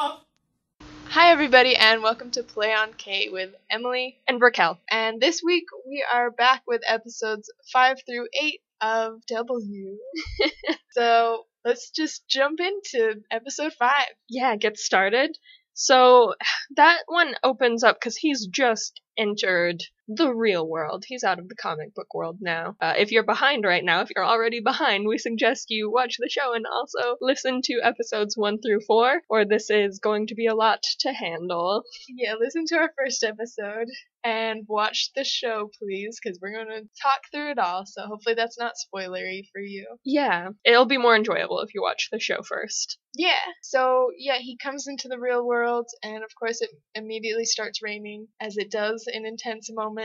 Hi, everybody, and welcome to Play on K with Emily. and Raquel. And this week we are back with episodes 5 through 8 of W. so let's just jump into episode 5. Yeah, get started. So that one opens up because he's just entered the real world. He's out of the comic book world now. Uh, if you're behind right now, if you're already behind, we suggest you watch the show and also listen to episodes one through four, or this is going to be a lot to handle. Yeah, listen to our first episode and watch the show, please, because we're going to talk through it all. So hopefully that's not spoilery for you. Yeah, it'll be more enjoyable if you watch the show first. Yeah. So yeah, he comes into the real world, and of course, it immediately starts raining, as it does in intense moments.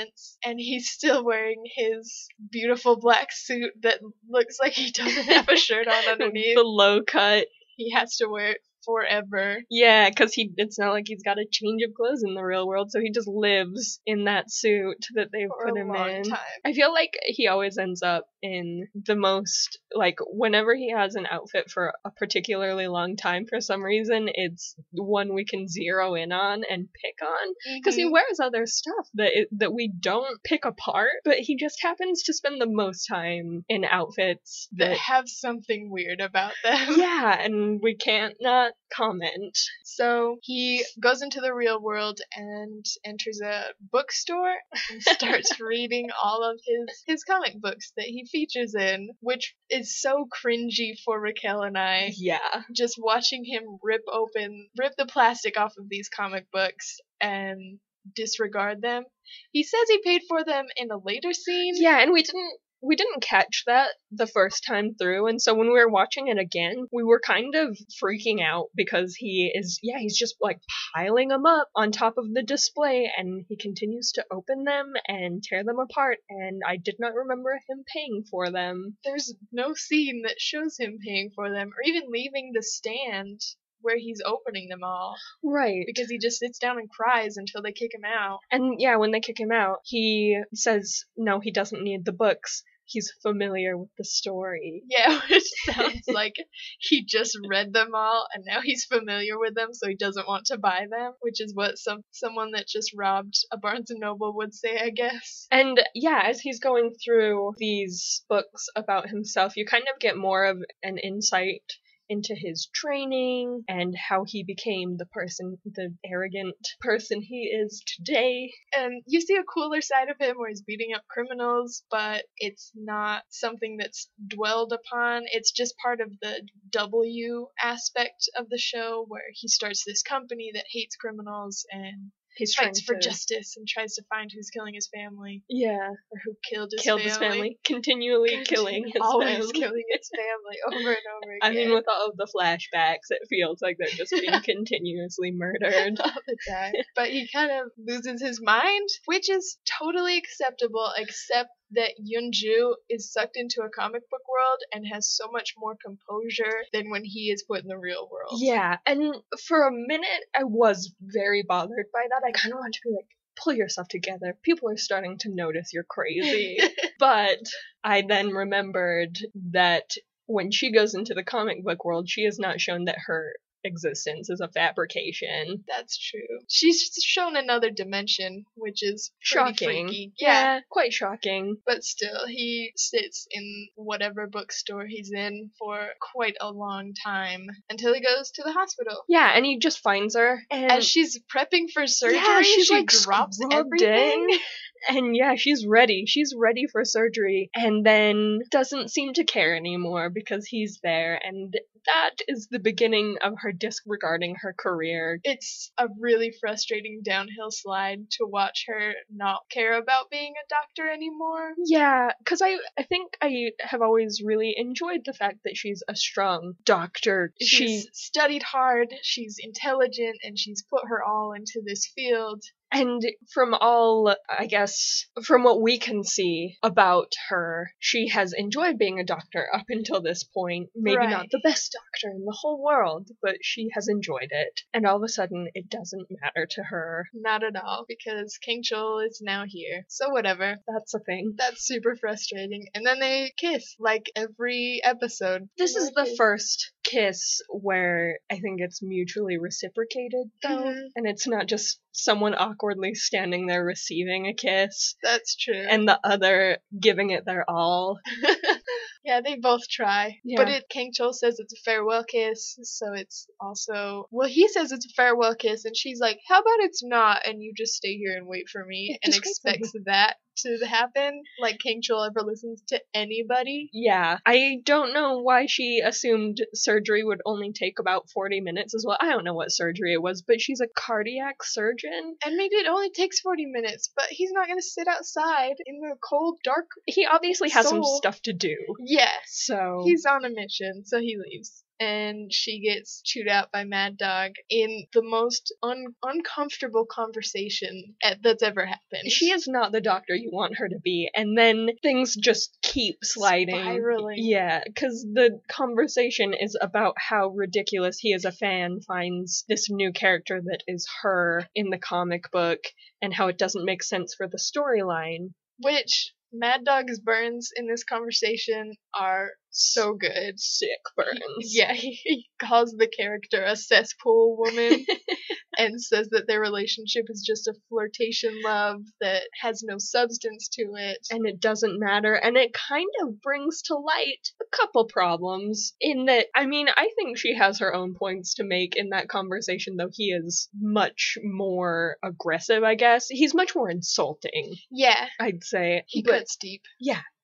And he's still wearing his beautiful black suit that looks like he doesn't have a shirt on underneath. the low cut. he has to wear it forever. Yeah, because he it's not like he's got a change of clothes in the real world, so he just lives in that suit that they've For put a him long in. time. I feel like he always ends up in the most like whenever he has an outfit for a particularly long time for some reason, it's one we can zero in on and pick on because he Mhm. wears other stuff that it, that we don't pick apart, but he just happens to spend the most time in outfits They that have something weird about them. yeah, and we can't not comment. So he goes into the real world and enters a bookstore and starts reading all of his his comic books that he features in, which is so cringy for Raquel and I. Yeah. Just watching him rip open, rip the plastic off of these comic books and disregard them. He says he paid for them in a later scene. Yeah, and we didn't we didn't catch that the first time through, and so when we were watching it again, we were kind of freaking out because he is yeah he's just like piling them up on top of the display, and he continues to open them and tear them apart, and I did not remember him paying for them. There's no scene that shows him paying for them or even leaving the stand where he's opening them all. Right. because he just sits down and cries until they kick him out. And yeah, when they kick him out, he says no, he doesn't need the books. He's familiar with the story. Yeah, which sounds like he just read them all and now he's familiar with them, so he doesn't want to buy them, which is what some someone that just robbed a Barnes and Noble would say, I guess. And yeah, as he's going through these books about himself, you kind of get more of an insight into his training and how he became the person, the arrogant person he is today. And you see a cooler side of him where he's beating up criminals, but it's not something that's dwelled upon. It's just part of the W aspect of the show where he starts this company that hates criminals and He's trying fights for to justice and tries to find who's killing his family yeah, or who killed his killed family. his family, continually killing his always family. killing his family over and over again. I mean, with all of the flashbacks, it feels like they're just being continuously murdered. all the time. But he kind of loses his mind, which is totally acceptable, except that Yunju is sucked into a comic book world and has so much more composure than when he is put in the real world. Yeah, and for a minute I was very bothered by that. I kind of wanted to be like, pull yourself together. People are starting to notice you're crazy. but I then remembered that when she goes into the comic book world, she is not shown that her existence is a fabrication. That's true. She's shown another dimension, which is pretty Shocking. freaky. Yeah. quite shocking. But still, he sits in whatever bookstore he's in for quite a long time until he goes to the hospital. Yeah, and he just finds her. And as she's prepping for surgery, yeah, she's she like drops scrubbed everything. in, and yeah, she's ready. She's ready for surgery, and then doesn't seem to care anymore because he's there, and that is the beginning of her disregarding her career. It's a really frustrating downhill slide to watch her not care about being a doctor anymore. Yeah, because I I think I have always really enjoyed the fact that she's a strong doctor. She's studied hard, she's intelligent, and she's put her all into this field. And from all, I guess, from what we can see about her, she has enjoyed being a doctor up until this point. Maybe Right. not the best doctor in the whole world, but she has enjoyed it. And all of a sudden, it doesn't matter to her. Not at all, because King Chul is now here. So whatever. That's a thing. That's super frustrating. And then they kiss, like every episode. This is the first. first kiss where I think it's mutually reciprocated, though. Mhm. And it's not just someone awkwardly standing there receiving a kiss That's true. and the other giving it their all. yeah, they both try. But Yeah. it Kang Chul says it's a farewell kiss, so it's also well he says it's a farewell kiss and she's like, How about it's not and you just stay here and wait for me Yeah, and just wait for me. expects that to happen? Like Kang Chul ever listens to anybody. Yeah, I don't know why she assumed surgery would only take about 40 minutes as well. I don't know what surgery it was, but she's a cardiac surgeon. And maybe it only takes forty minutes, but he's not gonna sit outside in the cold, dark He obviously has some Soul. stuff to do. Yes. So He's on a mission, so he leaves. And she gets chewed out by Mad Dog in the most un- uncomfortable conversation e- that's ever happened. she is not the doctor you want her to be and then things just keep sliding Spiraling. yeah because the conversation is about how ridiculous he as a fan finds this new character that is her in the comic book and how it doesn't make sense for the storyline Which Mad Dog's burns in this conversation are so good. sick burns Yeah, he, he calls the character a cesspool woman and says that their relationship is just a flirtation love that has no substance to it. and it doesn't matter and it kind of brings to light a couple problems in that i mean i think she has her own points to make in that conversation though he is much more aggressive i guess he's much more insulting yeah, i'd say he but cuts deep.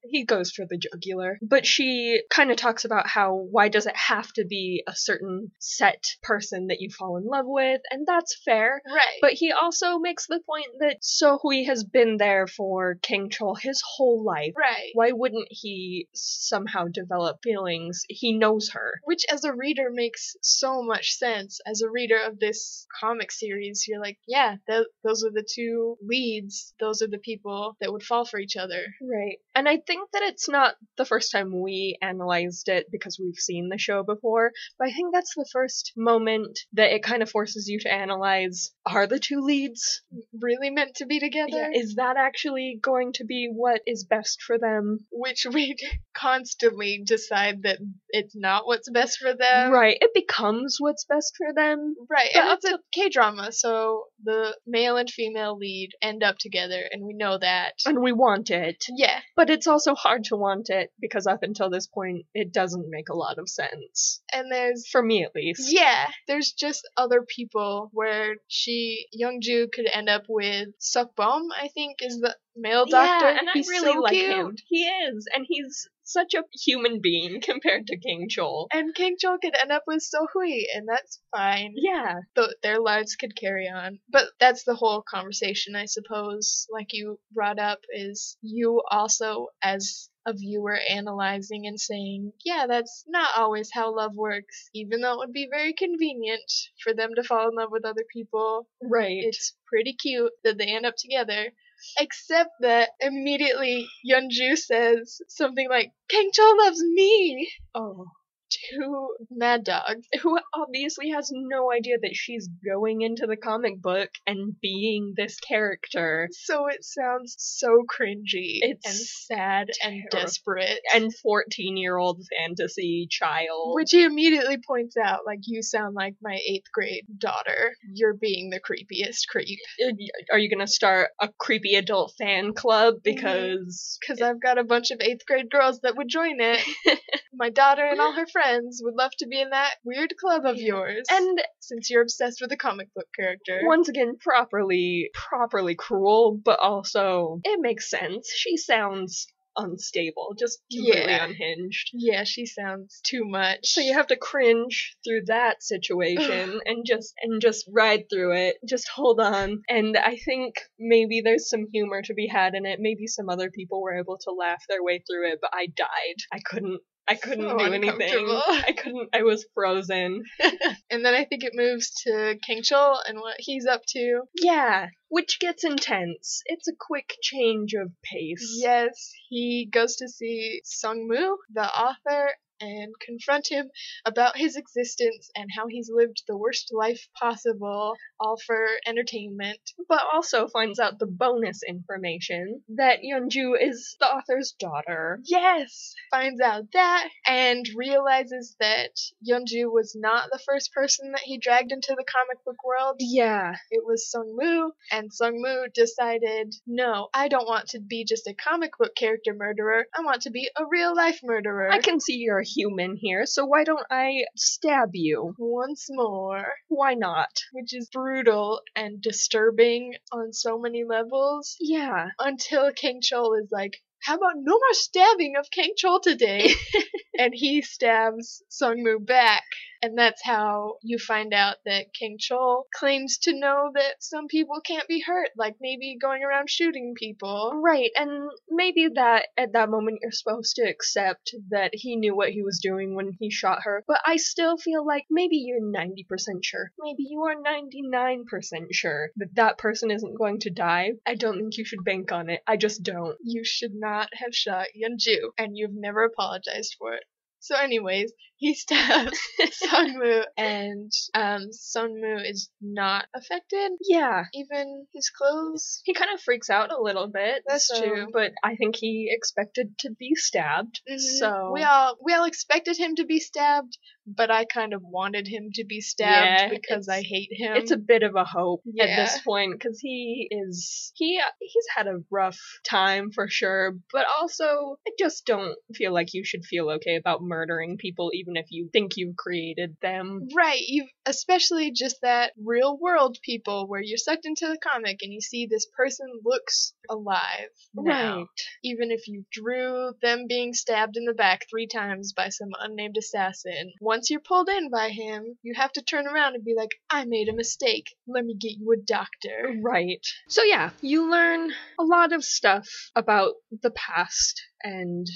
he goes for the jugular but she kind of talks about how why does it have to be a certain set person that you fall in love with and that's fair Right. but he also makes the point that Sohui has been there for King Chol his whole life. right. Why wouldn't he somehow develop feelings? He knows her. which as a reader makes so much sense as a reader of this comic series you're like yeah th- those are the two leads those are the people that would fall for each other Right. And I think that it's not the first time we analyzed it because we've seen the show before, but I think that's the first moment that it kind of forces you to analyze are the two leads? really meant to be together Is that actually going to be what is best for them? which we constantly decide that it's not what's best for them right. It becomes what's best for them. Right, But and it's a K drama, so the male and female lead end up together, and we know that. And we want it. Yeah, But it's also hard to want it because up until this point, it doesn't make a lot of sense. and there's For me, at least. Yeah, there's just other people where she Youngju could end up with Sukbom, I think is the male doctor. Yeah, and I He's really so like cute. him. He is, and he's such a human being compared to King Chol. And King Chol could end up with Sohui, and that's fine. Yeah, Th- their lives could carry on. But that's the whole conversation, I suppose. Like you brought up, is you also as a viewer analyzing and saying, yeah, that's not always how love works, even though it would be very convenient for them to fall in love with other people. right. it's pretty cute that they end up together. Except that immediately Yunju says something like, Kang Chol loves me oh. to Mad Dog. Who obviously has no idea that she's going into the comic book and being this character So it sounds so cringy It's and sad and terrible. desperate. and 14 year old fantasy child. which he immediately points out, like, you sound like my eighth grade daughter. You're being the creepiest creep. Are you gonna start a creepy adult fan club? Mm-hmm. Because. Because I've got a bunch of eighth grade girls that would join it. my daughter and all her friends would love to be in that weird club of Yeah. yours. And since you're obsessed with a comic book character. once again properly properly cruel but also it makes sense she sounds unstable just completely Yeah. unhinged yeah, she sounds too much. so you have to cringe through that situation and just and just ride through it just hold on and i think maybe there's some humor to be had in it maybe some other people were able to laugh their way through it but i died i couldn't I couldn't So do anything. uncomfortable. I couldn't. I was frozen. And then I think it moves to King Chul and what he's up to. Yeah, which gets intense. It's a quick change of pace. Yes, he goes to see Sung Mu, the author, and confront him about his existence and how he's lived the worst life possible, all for entertainment. but also finds out the bonus information that Yeonju is the author's daughter. Yes! Finds out that and realizes that Yeonju was not the first person that he dragged into the comic book world. Yeah, It was Sung Mu, and Sung Mu decided, no, I don't want to be just a comic book character murderer. I want to be a real life murderer. I can see you're a human here, so why don't I stab you? once more. Why not? which is brutal and disturbing on so many levels. Yeah. Until King Chol is like, how about no more stabbing of King Chol today? and he stabs Sung Mu back. And that's how you find out that King Chol claims to know that some people can't be hurt, like maybe going around shooting people. Right, and maybe that at that moment you're supposed to accept that he knew what he was doing when he shot her, but I still feel like maybe you're 90% sure. Maybe you are 99% sure that that person isn't going to die. I don't think you should bank on it. I just don't. You should not have shot Yeonju, and you've never apologized for it. So, anyways, he stabs Sunmu and um, Sunmu is not affected. yeah. Even his clothes. He kind of freaks out a little bit. That's so- true. But I think he expected to be stabbed. So Mm-hmm. we all we all expected him to be stabbed, but I kind of wanted him to be stabbed Yeah, because I it's- hate him. it's a bit of a hope at this Yeah. point because he is he he's had a rough time for sure but also i just don't feel like you should feel okay about murdering people even if you think you've created them right, you especially just that real world people where you're sucked into the comic and you see this person looks alive now. Right. Even if you drew them being stabbed in the back three times by some unnamed assassin, once you're pulled in by him, you have to turn around and be like, I made a mistake. Let me get you a doctor. Right. So, yeah, you learn a lot of stuff about the past and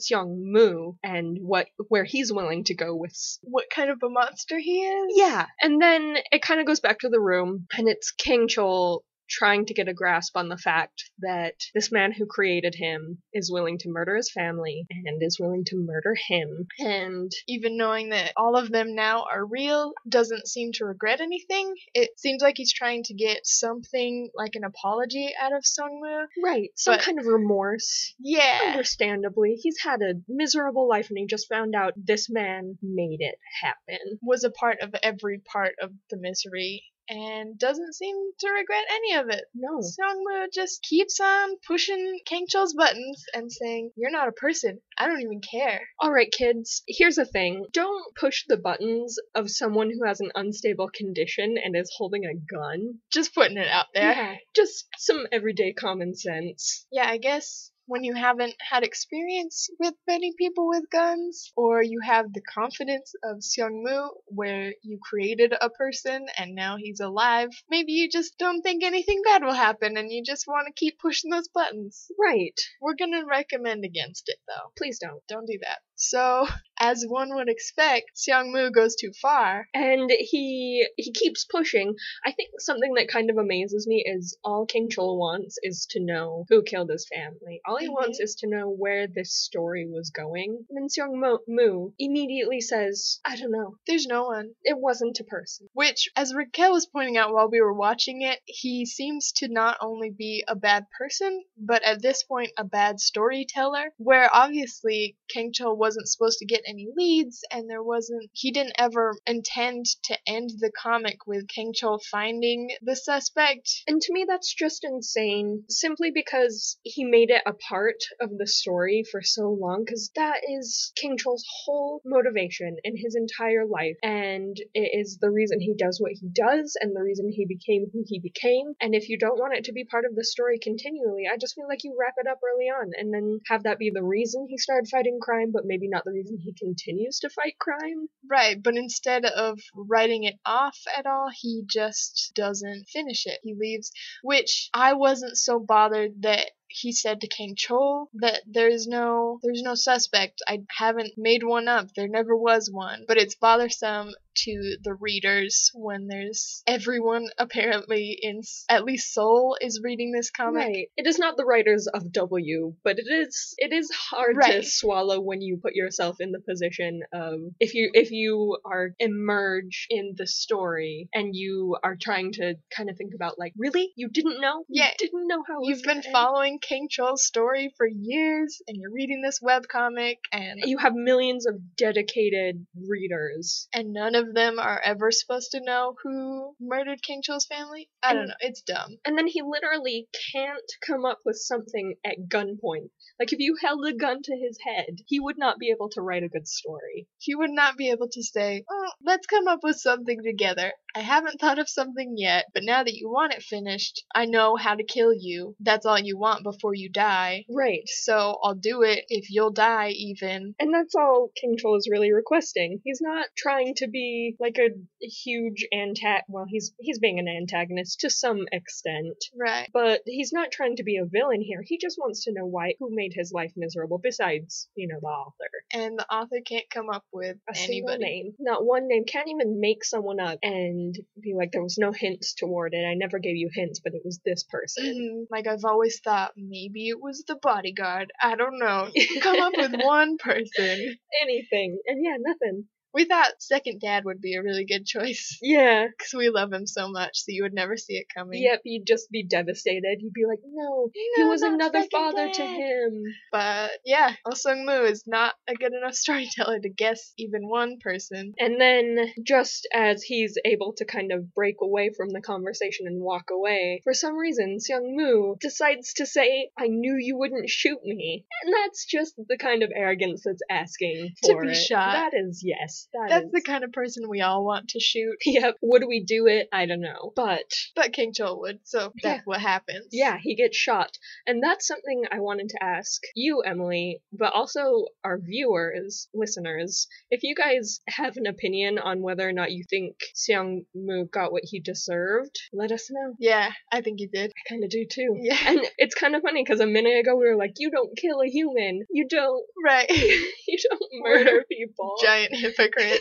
Seong Mu and what where he's willing to go with s- what kind of a monster he is. Yeah, and then it kind of goes back to the room, and it's King Chol trying to get a grasp on the fact that this man who created him is willing to murder his family and is willing to murder him. And Even knowing that all of them now are real, doesn't seem to regret anything. It seems like he's trying to get something like an apology out of Sungmu. right, some But- kind of remorse. Yeah. Understandably, he's had a miserable life and he just found out this man made it happen. Was a part of every part of the misery and doesn't seem to regret any of it. No. Sungmu just keeps on pushing Kang Chul's buttons and saying, You're not a person. I don't even care. All right, kids, here's the thing. Don't push the buttons of someone who has an unstable condition and is holding a gun. Just putting it out there. Yeah, just some everyday common sense. yeah, I guess when you haven't had experience with many people with guns, or you have the confidence of Seung Mu, where you created a person and now he's alive, maybe you just don't think anything bad will happen and you just want to keep pushing those buttons. Right. We're gonna recommend against it though. Please don't. Don't do that. So, as one would expect, Seung Mu goes too far. And he he keeps pushing. I think something that kind of amazes me is all King Chol wants is to know who killed his family. All he Mhm. wants is to know where this story was going. And then Seong Mo- Mu immediately says, "I don't know. There's no one. It wasn't a person." Which, as Raquel was pointing out while we were watching it, he seems to not only be a bad person, but at this point a bad storyteller. Where obviously Kang Cho wasn't supposed to get any leads, and there wasn't. He didn't ever intend to end the comic with Kang Cho finding the suspect. And to me, that's just insane, simply because he made it a part of the story for so long, because that is King Troll's whole motivation in his entire life. And it is the reason he does what he does, and the reason he became who he became. And if you don't want it to be part of the story continually, I just feel like you wrap it up early on and then have that be the reason he started fighting crime, but maybe not the reason he continues to fight crime. Right, but instead of writing it off at all, he just doesn't finish it. He leaves, which I wasn't so bothered that he said to King Chol that there's no there's no suspect. I haven't made one up. There never was one. But it's bothersome to the readers when there's everyone apparently in at least Seoul is reading this comic. Right. It is not the writers of W, but it is it is hard Right. to swallow when you put yourself in the position of if you if you are immersed in the story and you are trying to kind of think about like really you didn't know Yeah. you didn't know how it was You've been gonna end? following King Chol's story for years and you're reading this webcomic and you have millions of dedicated readers. and none of them are ever supposed to know who murdered King Chol's family. I don't And- know. It's dumb. And then he literally can't come up with something at gunpoint. Like, if you held a gun to his head, he would not be able to write a good story. he would not be able to say, oh, let's come up with something together. I haven't thought of something yet, but now that you want it finished, I know how to kill you. That's all you want before you die. Right. So I'll do it if you'll die, even. And that's all King Troll is really requesting. He's not trying to be like a huge antagonist. Well, he's he's being an antagonist to some extent, Right. but he's not trying to be a villain here. He just wants to know why who made his life miserable. Besides, you know, the author. And the author can't come up with a single anybody. name, not one name. Can't even make someone up and be like, there was no hints toward it. I never gave you hints, but it was this person. Mhm. like I've always thought, maybe it was the bodyguard. I don't know. Mm-hmm. Come up with one person. anything, and yeah, nothing. We thought second dad would be a really good choice Yeah, because we love him so much, so you would never see it coming. yep. You'd just be devastated. You'd be like, no, he No, was not another second father to dad. him. But yeah, Oh Sung Moo is not a good enough storyteller to guess even one person. And then, just as he's able to kind of break away from the conversation and walk away, for some reason, Seung Mu decides to say, I knew you wouldn't shoot me. And that's just the kind of arrogance that's asking To for be it. shot. That is, yes. that That's is- the kind of person we all want to shoot, Yep. Would we do it? I don't know. But but King Chol would, so that's what happens. yeah, he gets shot. And that's something I wanted to ask you, Emily, but also our viewers, listeners. If you guys have an opinion on whether or not you think Seong Mu got what he deserved, let us know. Yeah, I think he did. I kind of do too. Yeah. And it's kind of funny because a minute ago we were like, you don't kill a human. You don't. Right. You don't murder people. Giant hypocrite.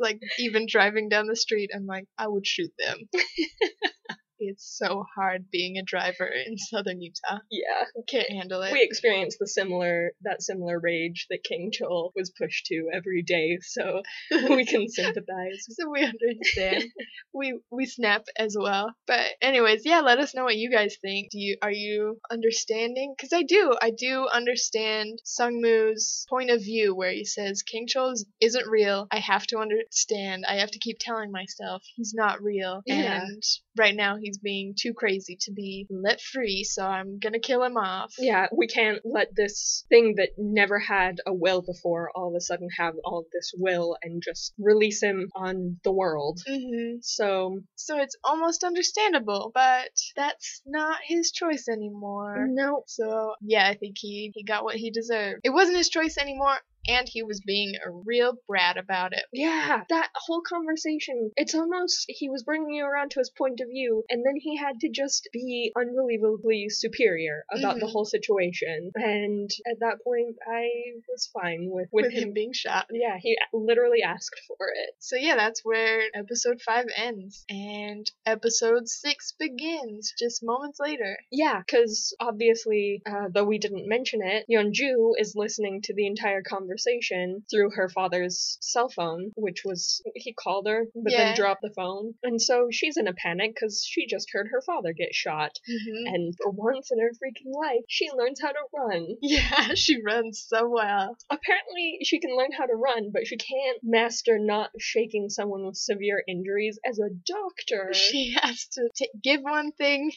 like, even driving down the street, I'm like, I would shoot them. it's so hard being a driver in southern Utah. Yeah. I can't handle it. we experienced the similar that similar rage that King Chol was pushed to every day, so we can sympathize. so we understand. we we snap as well. But anyways, yeah, let us know what you guys think. Do you are you understanding? Because I do, I do understand Sung Moo's point of view where he says King Chol is- isn't real. I have to understand. I have to keep telling myself he's not real. Yeah. And right now he's being too crazy to be let free. So I'm gonna kill him off. Yeah, we can't let this thing that never had a will before all of a sudden have all of this will and just release him on the world. hmm So So it's almost understandable, but that's not his choice anymore. no, So yeah, I think he he got what he deserved. It wasn't his choice anymore, and he was being a real brat about it. yeah, that whole conversation, it's almost he was bringing you around to his point of view, and then he had to just be unbelievably superior about the Mhm. whole situation. And at that point, I was fine with, with, With, him him being shot. Yeah, he literally asked for it. So yeah, that's where episode five ends, and episode six begins just moments later. Yeah, because obviously, uh, though we didn't mention it, Yeonju is listening to the entire conversation through her father's cell phone, which was he called her, but Yeah. then dropped the phone, and so she's in a panic because she just heard her father get shot, Mm-hmm. and for once in her freaking life, she learns how to run. Yeah, she runs so well. Apparently, she can learn how to run, but she can't master not shaking someone with severe injuries as a doctor. She has to t- give one thing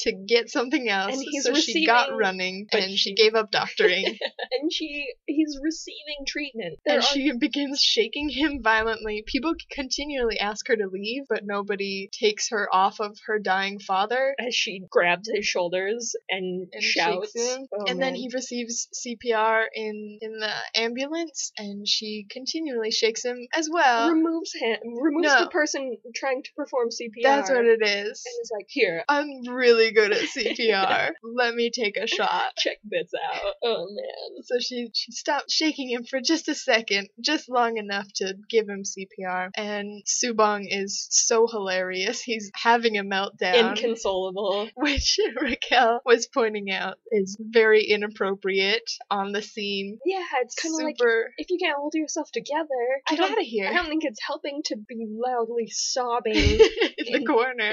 to get something else. And he's so she got receiving- running, but and she gave up doctoring. and she he's receiving receiving treatment. They're and on- she begins shaking him violently. People continually ask her to leave, but nobody takes her off of her dying father. as she grabs his shoulders and, And shouts. shakes him. Oh, and then man. he receives CPR in in the ambulance, and she continually shakes him as uh, well. removes him, removes No. the person trying to perform CPR. That's what it is. And is like, here, I'm really good at CPR. Let me take a shot. check this out. Oh man. So she she stopped shaking him for just a second, just long enough to give him CPR. And Subong is so hilarious. He's having a meltdown. Inconsolable. which Raquel was pointing out is very inappropriate on the scene. Yeah, it's kind of like Super. if you can't hold yourself together, I Get don't. out of I here. don't think it's helping to be loudly sobbing. in the corner.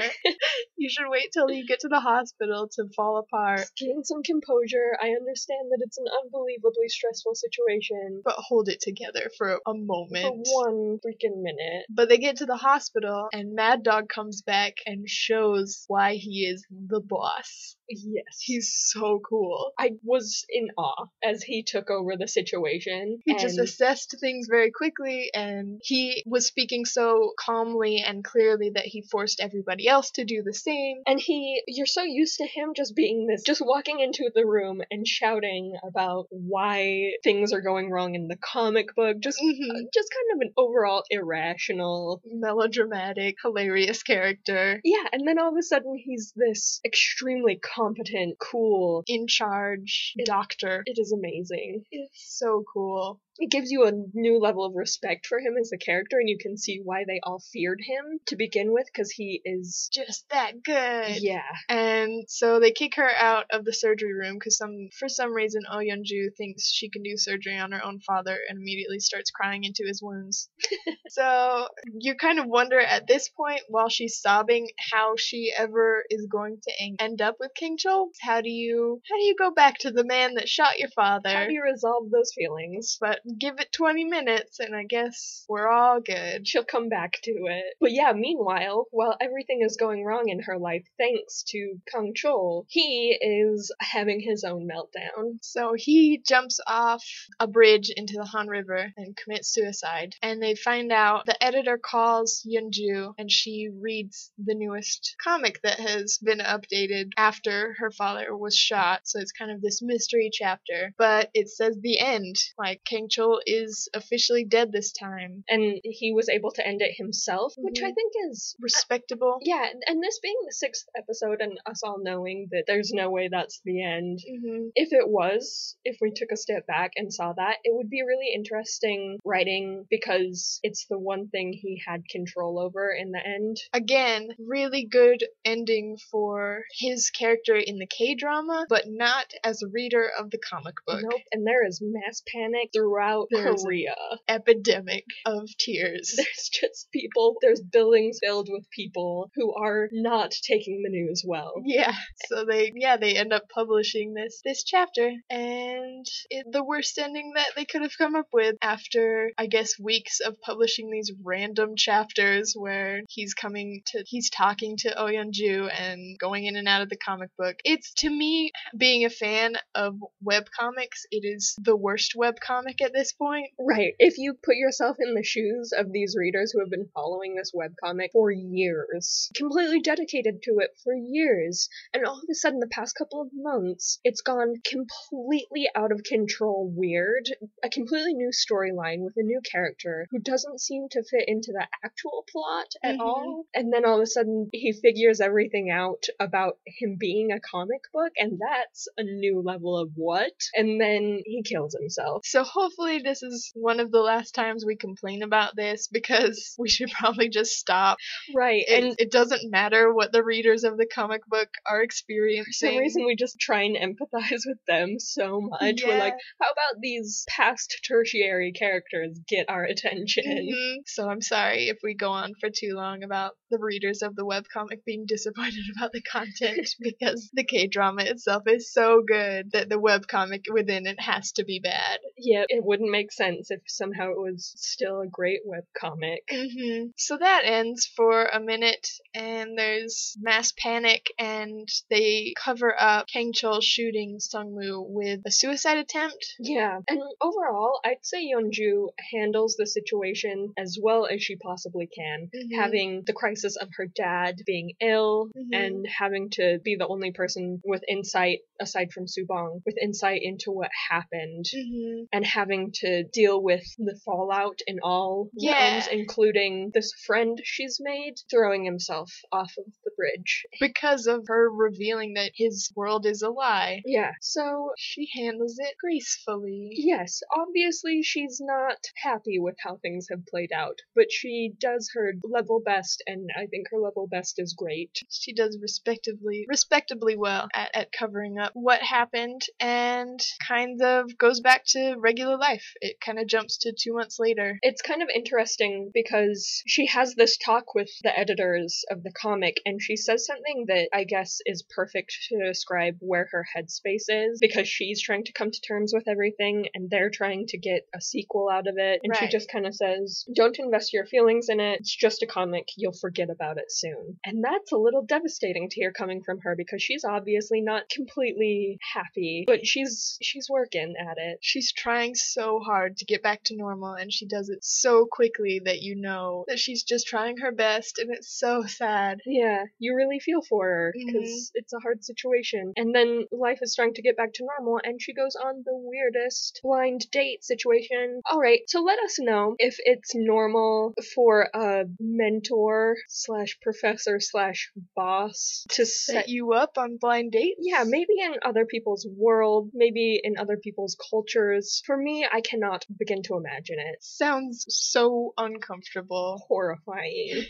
you should wait till you get to the hospital to fall apart. Just Gain some composure. I understand that it's an unbelievably stressful situation. But hold it together for a For moment. one freaking minute. But they get to the hospital, and Mad Dog comes back and shows why he is the boss. Yes. He's so cool. I was in awe as he took over the situation. He just and assessed things very quickly, and he was speaking so calmly and clearly that he forced everybody else to do the same. And he, you're so used to him just being this, just walking into the room and shouting about why things are going wrong in the comic book. Just, Mhm. just kind of an overall irrational. Melodramatic, hilarious character Yeah, and then all of a sudden he's this extremely competent, cool. in charge doctor. It is amazing. It's so cool. It gives you a new level of respect for him as a character, and you can see why they all feared him to begin with, because he is. Just that good. Yeah. And so they kick her out of the surgery room because some, for some reason, Oh Yeonju thinks she can do surgery on her own father and immediately starts crying into his wounds. so you kind of wonder at this point, while she's sobbing, how she ever is going to en- end up with King Chol. How do you how do you go back to the man that shot your How father? do you resolve those feelings? but give it 20 minutes, and I guess we're all good. She'll come back to it. But yeah, meanwhile, while everything is going wrong in her life, thanks to Kang Chol, he is having his own meltdown. So he jumps off a bridge into the Han River and commits suicide. And they find out the editor calls Yunju and she reads the newest comic that has been updated after her father was shot. So it's kind of this mystery chapter. But it says the end. Like Kang Chol is officially dead this time. And he was able to end it himself, which I Mhm. think is. Respectable. Yeah, and- and this being the sixth episode, and us all knowing that there's no way that's the end. hmm If it was, if we took a step back and saw that, it would be really interesting writing because it's the one thing he had control over in the end. Again, really good ending for his character in the K drama, but not as a reader of the comic book. Nope, and there is mass panic throughout There is a- Korea. epidemic of tears. There's just people, there's buildings filled with people who are not taking the news well. Yeah. So they yeah, they end up publishing this this chapter and it, the worst ending that they could have come up with after I guess weeks of publishing these random chapters where he's coming to he's talking to Oh Yeon-ju and going in and out of the comic book. It's to me being a fan of web comics, it is the worst web comic at this point. Right, if you put yourself in the shoes of these readers who have been following this webcomic for years, completely dedicated to it for years, and all of a sudden the past couple of months, it's gone completely out of control weird, a completely new storyline with a new character who doesn't seem to fit into the actual plot at Mhm. all, and then all of a sudden he figures everything out about him being a comic book, and that's a new level of what, and then he kills himself. So hopefully this is one of the last times we complain about this because we should probably just stop Right, it, and it doesn't matter what the readers of the comic book are for some experiencing. reason we just try and empathize with them so much. We're like, how about these past tertiary characters get our attention? Yeah. Mhm. So I'm sorry if we go on for too long about the readers of the webcomic being disappointed about the content because the K drama itself is so good that the webcomic within it has to be bad. Yeah, it wouldn't make sense if somehow it was still a great web comic. hmm So that ends for a minute, and there's mass panic, and they cover up Kang Chol shooting Sung Mu with a suicide attempt. Yeah, and overall, I'd say Yeonju handles the situation as well as she possibly can, Mhm. having the crisis of her dad being ill Mhm. and having to be the only person with insight aside from Subong with insight into what happened. hmm And having to deal with the fallout in all Yeah. realms, including this friend she's made throwing himself off of the bridge. Because of her revealing that his world is a lie. Yeah, so She handles it gracefully. Yes, obviously she's not happy with how things have played out, but she does her level best, and I think her level best is great. She does respectively, respectably well at, at covering up what happened and kind of goes back to regular life. It kind of jumps to two months later. It's kind of interesting because she has this talk with the editors of the comic, and she says something that I guess is perfect to describe where her headspace is because she's trying to come to terms with everything, and they're trying to get a sequel out of it. And she Right. just kind of says, Don't invest your feelings in it. It's just a comic. You'll forget about it soon. And that's a little devastating to hear coming from her because she's obviously not completely happy, but she's she's working at it. She's trying so hard to get back to normal, and she does it so quickly that you know that she's just trying her best, and it's so sad. Yeah, you really feel for her because it's a hard situation. And then life is starting to get back to normal, and she goes on the weirdest blind date situation. All right, so let us know if it's normal for a mentor slash professor slash boss to set Set you up on blind dates? yeah, maybe in other people's world, maybe in other people's cultures. For me, I cannot begin to imagine it. Sounds so uncomfortable. Horrifying.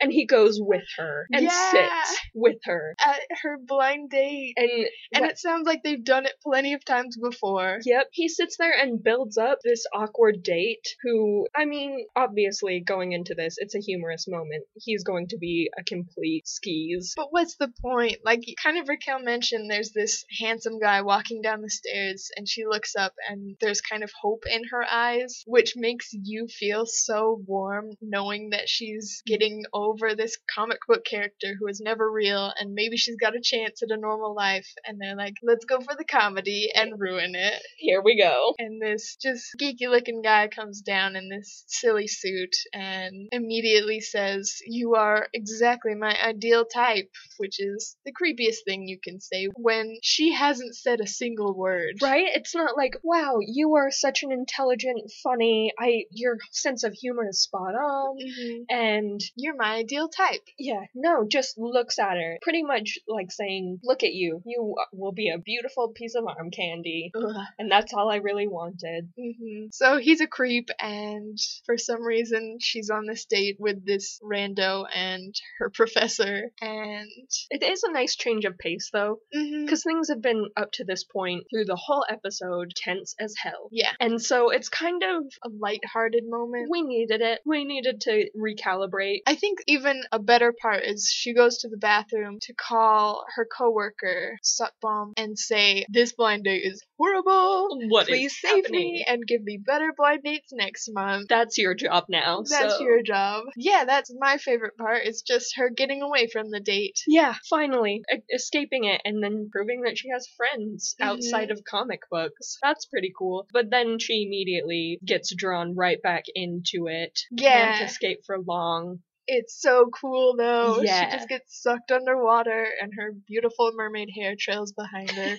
and he goes with her and Yeah. sits with her. At her blind date. And And what- it sounds like they've done it plenty of times before. Yep, he sits there and builds up this awkward date who, I mean, obviously going into this, it's a humorous moment. He's going to be a complete skis. But what's the point? Like, kind of Raquel mentioned, there's this handsome guy walking down the stairs, and she looks up, and there's kind of hope in her eyes, which makes you feel so warm knowing that she's getting over this comic book character who is never real, and maybe she's got a chance at a normal life. And they're like, let's go for the comedy and ruin it. Here we go. And this just geeky looking guy comes down in this silly suit and immediately says, You are exactly my ideal type, which is the creepiest thing you can say when she hasn't said a single word. Right? It's not like, wow, you are such an intelligent, funny, I your sense of humor is spot on. Mhm. And You're my ideal type. yeah, no, just looks at her. Pretty much like saying, look at you. You will be a beautiful piece of arm candy. And that's all I really wanted. hmm So he's a creep, and for some reason, she's on this date with this rando and her professor. And It is a nice change of pace though. Mhm. because things have been up to this point through the whole episode tense as hell. yeah, And so it's kind of a lighthearted moment. we needed it. We needed to recalibrate. I think even a better part is she goes to the bathroom to call her coworker Sutbom and say, "This blind date is horrible. What is Please save me and give me better blind dates next month." That's your job now. That's Oh, so- your job. Yeah, that's my favorite part. It's just her getting away from the date. Yeah, finally e- escaping it and then proving that she has friends Mhm. outside of comic books. That's pretty cool. But then she immediately gets drawn right back into it. Can't Yeah, escape for long. it's so cool though. Yeah. She just gets sucked underwater and her beautiful mermaid hair trails behind her.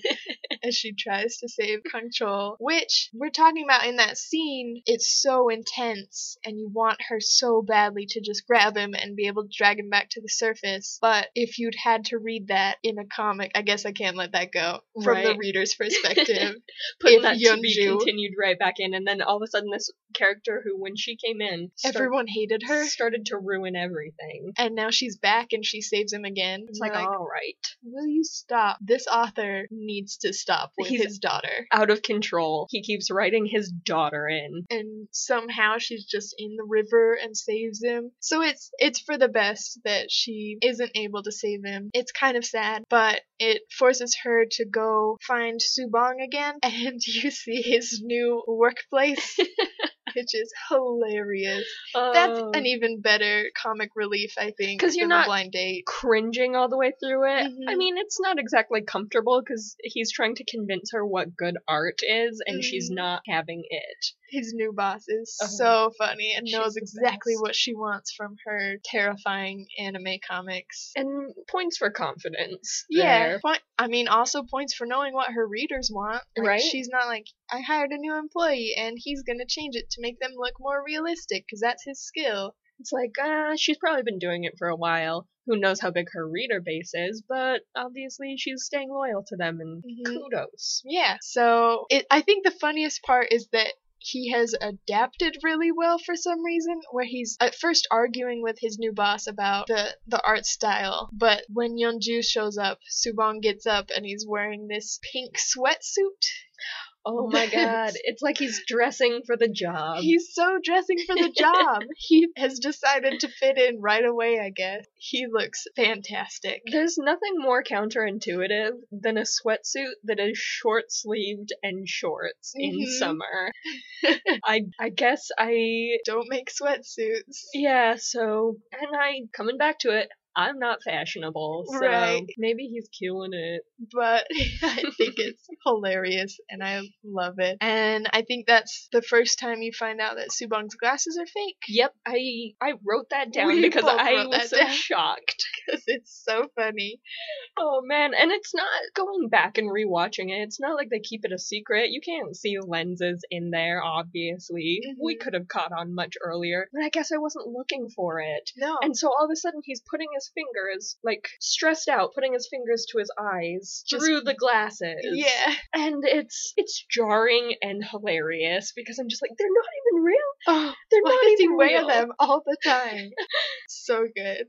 as she tries to save Kung Chol, which we're talking about in that scene. It's so intense, and you want her so badly to just grab him and be able to drag him back to the surface. But if you'd had to read that in a comic, I guess I can't let that go from the Right. reader's perspective. Putting If that to be Yeonju- continued right back in, and then all of a sudden, this character who, when she came in, started Everyone hated her, started to ruin everything. and now she's back and she saves him again. It's And like, you're all right. will you stop? This author needs to up with He's- his daughter. Out of control. He keeps writing his daughter in. and somehow she's just in the river and saves him. So it's it's for the best that she isn't able to save him. It's kind of sad, but it forces her to go find Subong again and you see his new workplace which is hilarious. That's Oh. an e even better comic relief, I think, 'Cause you're than The not- blind date. cringing all the way through it. I Mhm. mean, it's not exactly comfortable because he's trying to convince her what good art is, and she's Mhm. not having it. His new boss is Oh, so funny and she's knows the exactly best. what she wants from her terrifying anime comics. And points for confidence. Yeah. there. Point, I mean, also points for knowing what her readers want. Like, Right. She's not like, I hired a new employee and he's going to change it to make them look more realistic because that's his skill. It's like, uh, she's probably been doing it for a while. Who knows how big her reader base is, but obviously she's staying loyal to them, and Mhm. kudos. Yeah. So it, I think the funniest part is that he has adapted really well for some reason where he's at first arguing with his new boss about the, the art style but when Yeonju shows up Subong gets up and he's wearing this pink sweatsuit Oh my god, it's like he's dressing for the job. He's so dressing for the job. he has decided to fit in right away, I guess. He looks fantastic. There's nothing more counterintuitive than a sweatsuit that is short sleeved and shorts in Mhm. summer. I I guess I Don't make sweatsuits. yeah, so and I coming back to it, I'm not fashionable. So Right. maybe he's killing it. But I think it's hilarious and I love it. And I think that's the first time you find out that Subong's glasses are fake. Yep, I I wrote that down We because both I wrote was that so down. shocked. Because it's so funny. Oh man, and it's not going back and rewatching it. It's not like they keep it a secret. You can't see lenses in there, obviously. We Mhm. could have caught on much earlier, but I guess I wasn't looking for it. No. And so all of a sudden he's putting his fingers, like stressed out, putting his fingers to his eyes Just- through the glasses. yeah. And it's it's jarring and hilarious because I'm just like, they're not even real. Oh, They're why not does he even wear real. them all the time? so good.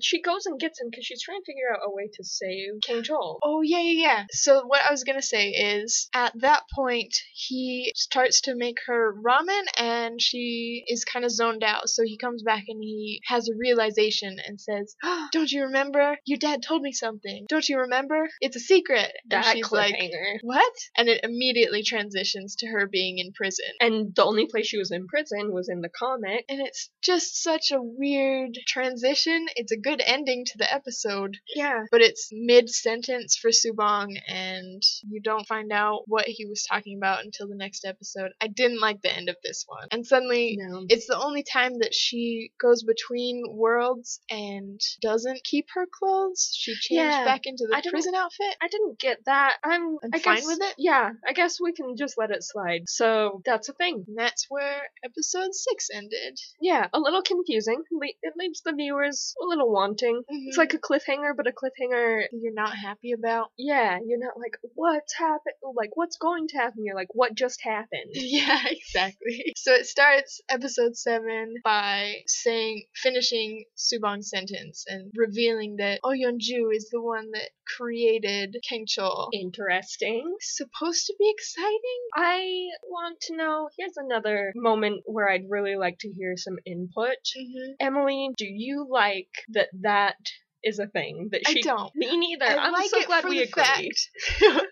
She goes and gets him because she's trying to figure out a way to save King Joel. Oh yeah, yeah, yeah. So what I was gonna say is, at that point, he starts to make her ramen, and she is kind of zoned out. So he comes back and he has a realization and says, "Don't you remember? Your dad told me something. Don't you remember? It's a secret." And that she's cliffhanger. like, "What?" And it immediately transitions to her being in prison. and the only place she was in prison was in the comic. And it's just such a weird transition. It's a good ending to the episode. Yeah. but it's mid sentence for Subong, and you don't find out what he was talking about until the next episode. I didn't like the end of this one, and suddenly. No. It's the only time that she goes between worlds and doesn't keep her clothes. She changed Yeah. back into I the don't- prison outfit. I didn't get that. I'm I'm I fine guess, with it. Yeah, I guess we can just let it slide. So that's a thing. And that's where episode six ended. Yeah, a little confusing. Le- It leaves the viewers a little wanting. It's Mhm. like a cliffhanger, but a cliffhanger. You're not happy about. Yeah, you're not like what's happened. Like what's going to happen. You're like what just happened. Yeah, exactly. So it starts episode seven by saying finishing Subang's sentence and revealing that Oh Yeonju is the one that created Kangchul. Interesting. It's supposed to be exciting? I want to know. Here's another moment where I'd really like to hear some input. Mm-hmm. Emily, do you like that that is a thing that I she? don't. Me neither. I am like so it glad for we the agreed fact.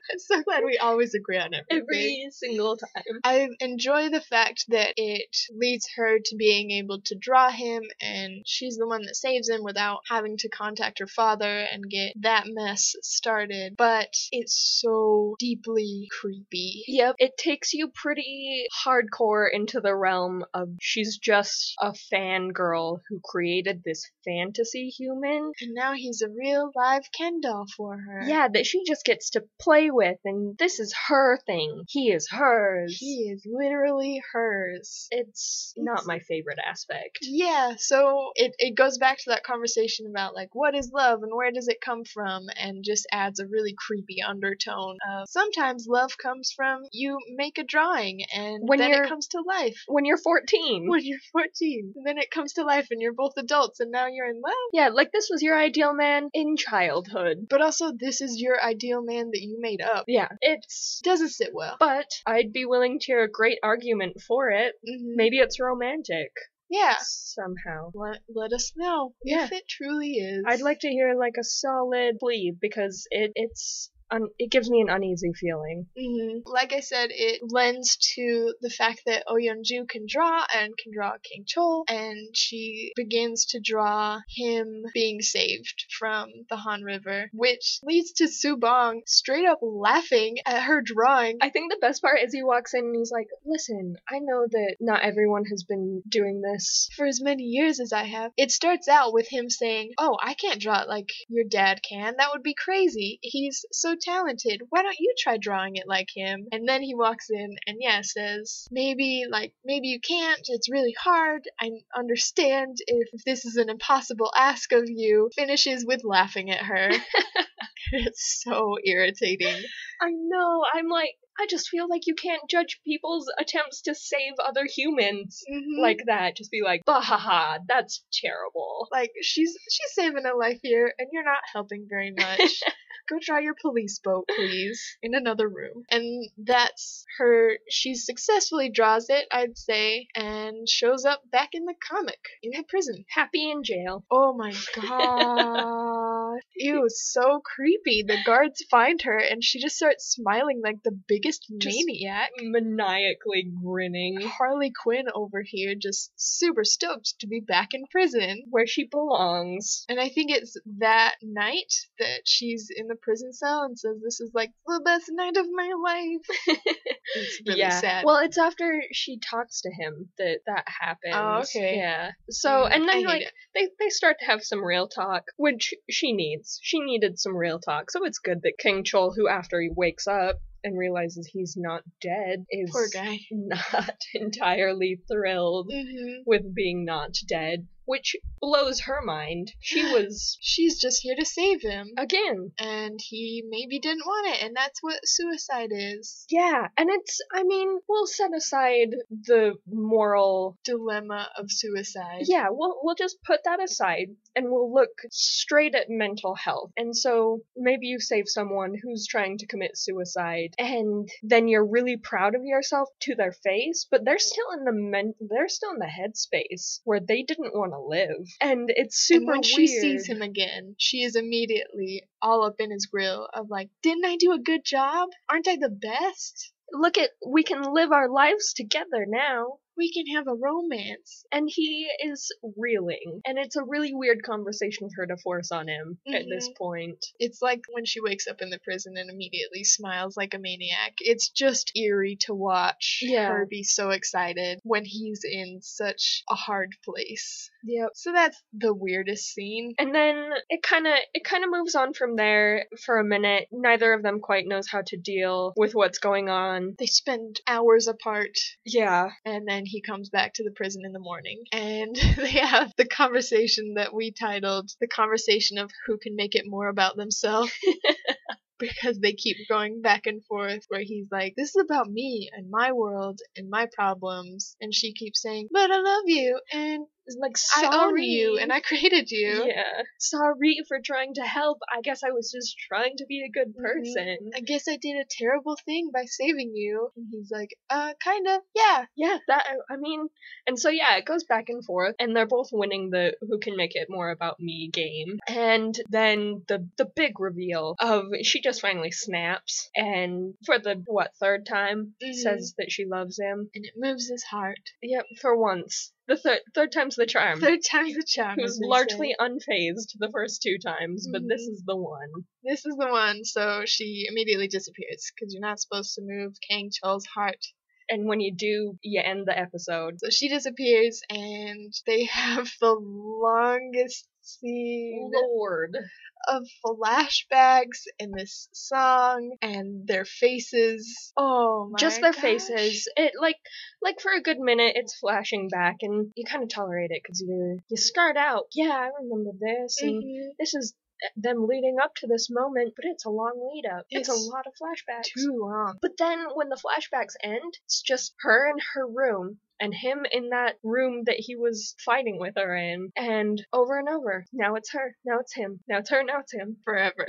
I'm so glad we always agree on everything. every single time. I enjoy the fact that it leads her to being able to draw him, and she's the one that saves him without having to contact her father and get that mess started. But it's so deeply creepy. Yep, it takes you pretty hardcore into the realm of she's just a fangirl who created this fantasy human. And now he's a real live Ken doll for her. Yeah, that she just gets to play with, and this is her thing. He is hers. He is literally hers. It's not my favorite aspect. Yeah, so it, it goes back to that conversation about like what is love and where does it come from and just adds a really creepy undertone of sometimes love comes from you make a drawing and When then you're- Hmm? it comes to life When you're 14. when you're 14. Then it comes to life and you're both adults and now you're in love. Yeah, like this was your ideal man in childhood. But also, this is your ideal man that you made up. Yeah, it's. Doesn't sit well. But I'd be willing to hear a great argument for it. Mhm. Maybe it's romantic Yeah. somehow. Let, let us know Yeah. if it truly is. I'd like to hear like a solid plea because it it's un- it gives me an uneasy feeling. hmm Like I said, it lends to the fact that Oh Yeonju can draw and can draw King Chol, and she begins to draw him being saved from the Han River, which leads to Su Bong straight up laughing at her drawing. I think the best part is he walks in and he's like, "Listen, I know that not everyone has been doing this." for as many years as I have, it starts out with him saying, Oh, I can't draw it like your dad can. That would be crazy. He's so talented. Why don't you try drawing it like him? And then he walks in and, yeah, says, Maybe, like, maybe you can't. It's really hard. I understand if this is an impossible ask of you. Finishes with laughing at her. it's so irritating. I know. I'm like, I just feel like you can't judge people's attempts to save other humans Mhm. like that. Just be like, "Bah ha ha, that's terrible." like she's she's saving a life here and you're not helping very much go try your police boat please in another room and that's her she successfully draws it i'd say and shows up back in the comic in the prison Happy in jail. oh my god ew so creepy the guards find her and she just starts smiling like the biggest Just- maniac Maniacally grinning Harley Quinn over here just super stoked to be back in prison. where she belongs. And I think it's that night that she's in the prison cell and says, This is like the best night of my life. It's really sad. Well, it's after she talks to him that that happens. Oh, okay. Yeah. So, Mm, and I then hate like it. they they start to have some real talk, which she needs. She needed some real talk. So it's good that King Chol, who after he wakes up and realizes he's not dead, is poor guy. not entirely thrilled hmm with being not dead, which blows her mind. She was She's just here to save him. again. And he maybe didn't want it, and that's what suicide is. Yeah, and it's, I mean, we'll set aside the moral Dilemma of suicide. Yeah, we'll we'll just put that aside and we'll look straight at mental health. And so maybe you save someone who's trying to commit suicide and then you're really proud of yourself to their face, but they're still in the men- they're still in the headspace where they didn't want to live. And it's super and when weird. she sees him again, she is immediately all up in his grill of like, didn't I do a good job? Aren't I the best? Look at we can live our lives together now. We can have a romance. and he is reeling and it's a really weird conversation for her to force on him at this Mm-hmm. point It's like when she wakes up in the prison and immediately smiles like a maniac. It's just eerie to watch Yeah. her be so excited when he's in such a hard place. yep So that's the weirdest scene. And then it kind of it kind of moves on from there for a minute. Neither of them quite knows how to deal with what's going on. They spend hours apart, Yeah. and then he comes back to the prison in the morning. And they have the conversation that we titled The Conversation of Who Can Make It More About Themselves. because they keep going back and forth where he's like this is about me and my world and my problems and she keeps saying but i love you and It's like i sorry. own you and i created you Yeah. Sorry for trying to help. I guess I was just trying to be a good Mhm. person. i guess i did a terrible thing by saving you and he's like uh kind of yeah Yeah, that I mean, and so yeah, it goes back and forth, and they're both winning the "Who can make it more about me" game, and then the the big reveal of she just finally snaps, and for the what third time Mhm. says that she loves him. and it moves his heart Yep, for once, the third third time's the charm. third time's a charm as Who's they Um, largely say. unfazed the first two times, but this Mhm. is the one. this is the one so she immediately disappears because you're not supposed to move kang chol's heart And when you do, you end the episode. So she disappears, and they have the longest scene Lord. Mm-hmm. of flashbacks and this song and their faces. Oh my just their gosh. faces. It like like for a good minute, it's flashing back, and you kind of tolerate it because you you start out, yeah, I remember this, and Mhm. this is eh, them leading up to this moment, but it's a long lead up. It's, It's a lot of flashbacks. Too long. But then when the flashbacks end, it's just her in her room and him in that room that he was fighting with her in, and over and over. Now it's her. Now it's him. Now it's her. Now it's him. forever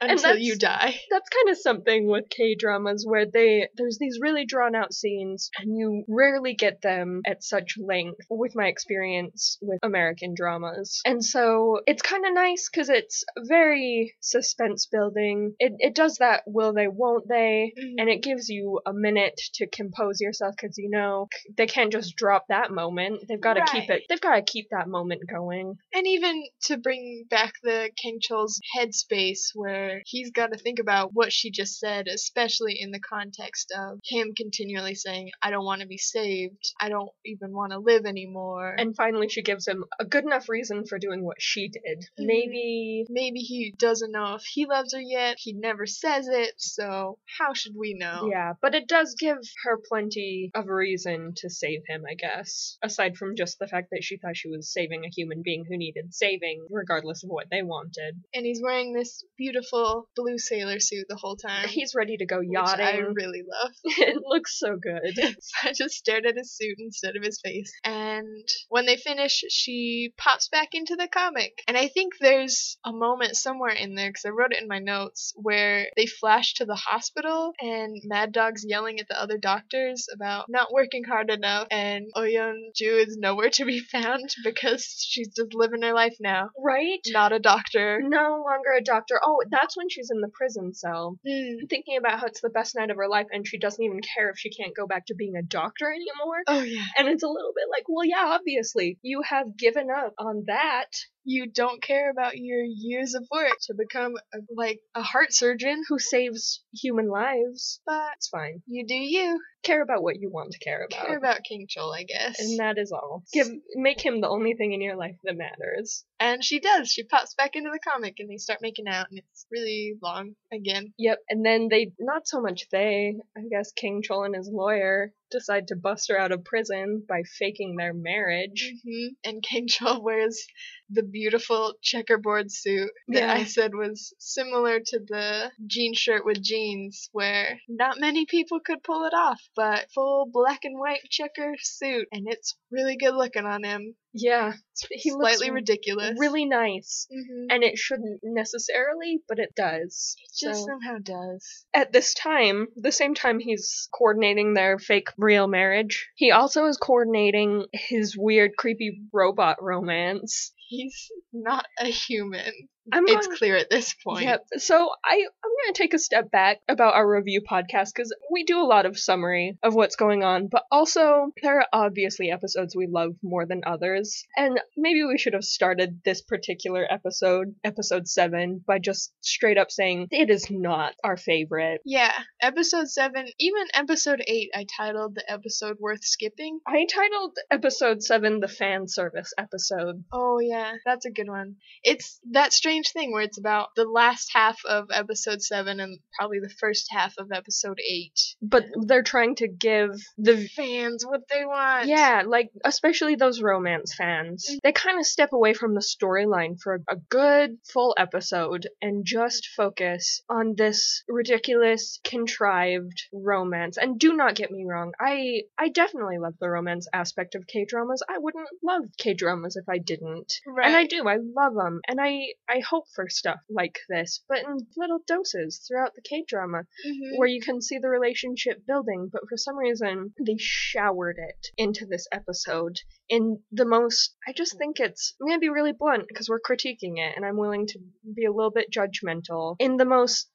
And until that's- you die. That's kind of something with K dramas where they there's these really drawn out scenes and you rarely get them at such length with my experience with American dramas. And so it's kind of nice cuz it's very suspense building. It it does that will they won't they and Mm-hmm. it gives you a minute to compose yourself cuz you know c- they can't just drop that moment. They've got to keep Right. it. They've got to keep that moment going. And even to bring back the King Chol's headspace where he's got to think about what she just said, especially in the context of him continually saying, I don't want to be saved. I don't even want to live anymore. And finally she gives him a good enough reason for doing what she did. Mhm. Maybe maybe he doesn't know if he loves her yet. He never says it. So how should we know? Yeah, but it does give her plenty of reason to save him, I guess. Aside from just the fact that she thought she was saving a human being who needed saving, regardless of what they wanted. And he's wearing this beautiful blue sailor suit the whole time. He's ready to go which I yachting. really love. it looks so So good. I just stared at his suit instead of his face. And when they finish, she pops back into the comic. And I think there's a moment somewhere in there, because I wrote it in my notes, where they flash to the hospital and Mad Dog's yelling at the other doctors about not working hard enough. And Oyeon Ju is nowhere to be found because she's just living her life now. Right? Not a doctor. No longer a doctor. Oh, that's when she's in the prison cell. Mm. Thinking about how it's the best night of her life, and she doesn't even care if she can't go back to being a doctor anymore. Oh, yeah. And it's a little bit like, well, yeah, obviously, you have given up on that. You don't care about your years of work to become a, like a heart surgeon, Who saves human lives? but It's fine. you do you. Care about what you want to care about. care about King Chol, I guess. and that is all. Give make him the only thing in your life that matters. And she does. She pops back into the comic and they start making out, and it's really long again. Yep. And then they not so much they, I guess King Chol and his lawyer decide to bust her out of prison by faking their marriage. hmm And King Chol wears the beautiful checkerboard suit that I Yeah. said was similar to the jean shirt with jeans, where not many people could pull it off, but full black and white checker suit, and it's really good looking on him. Yeah. It's He looks slightly ridiculous. Really nice. hmm And it shouldn't necessarily, but it does. just So- somehow does. at this time, the same time he's coordinating their fake real marriage, he also is coordinating his weird, creepy robot romance. He's not a human. I'm it's gonna- clear at this point. Yep. So I I'm gonna take a step back about our review podcast because we do a lot of summary of what's going on, but also there are obviously episodes we love more than others, and maybe we should have started this particular episode, episode seven, by just straight up saying it is not our favorite. Yeah, episode 7, even episode 8, I titled the episode Worth Skipping. I titled episode seven the fan service episode. Oh, yeah, that's a good one. It's that strange thing where it's about the last half of episode 7 and probably the first half of episode 8. But they're trying to give the Fans, what they want. yeah, like especially those romance fans. They kind of step away from the storyline for a good full episode and just focus on this ridiculous contrived romance. And do not get me wrong, I I definitely love the romance aspect of K-dramas. I wouldn't love K-dramas if I didn't. Right. And I do. I love them. And I, I hope for stuff like this, but in little doses throughout the K drama, Mhm. where you can see the relationship building. But for some reason, they showered it into this episode in the most. I just think it's. I'm going to be really blunt because we're critiquing it, and I'm willing to be a little bit judgmental. In the most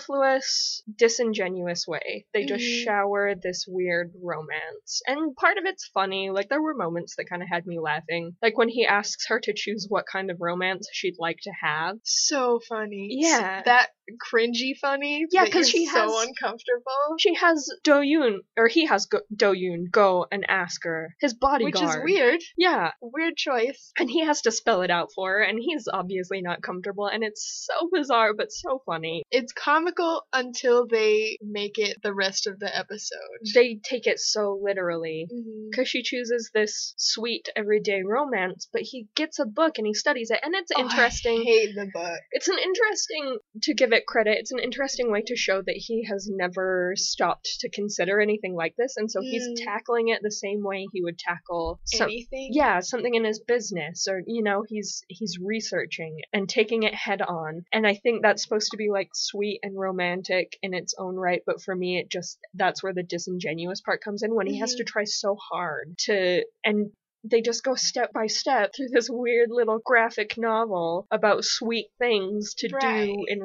superfluous, disingenuous way, they just Mhm. shower this weird romance. And part of it's funny. Like, there were moments that kind of had me laughing. Like, when he asks her to choose what kind of romance she'd like to have. So funny. Yeah. That cringy funny. Yeah, that 'cause you're she so has- uncomfortable. She has Do Yoon, or he has go- Do Yoon go and ask her, his bodyguard. Which is weird. Yeah, Weird choice. and he has to spell it out for her, and he's obviously not comfortable, and it's so bizarre but so funny. It's comical until they make it the rest of the episode. They take it so literally. Mhm. Because she chooses this sweet everyday romance, but he gets a book and he studies it, and it's Oh, I interesting. hate the book. it's an interesting to give it credit. It's an interesting way to show that he has never stopped to consider anything like this, and so he's Mm. tackling it the same way he would tackle some, Anything? yeah something in his business or you know he's he's researching and taking it head on and i think that's supposed to be like sweet and romantic in its own right but for me it just that's where the disingenuous part comes in when he has Mhm. to try so hard to and they just go step by step through this weird little graphic novel about sweet things to Right. do in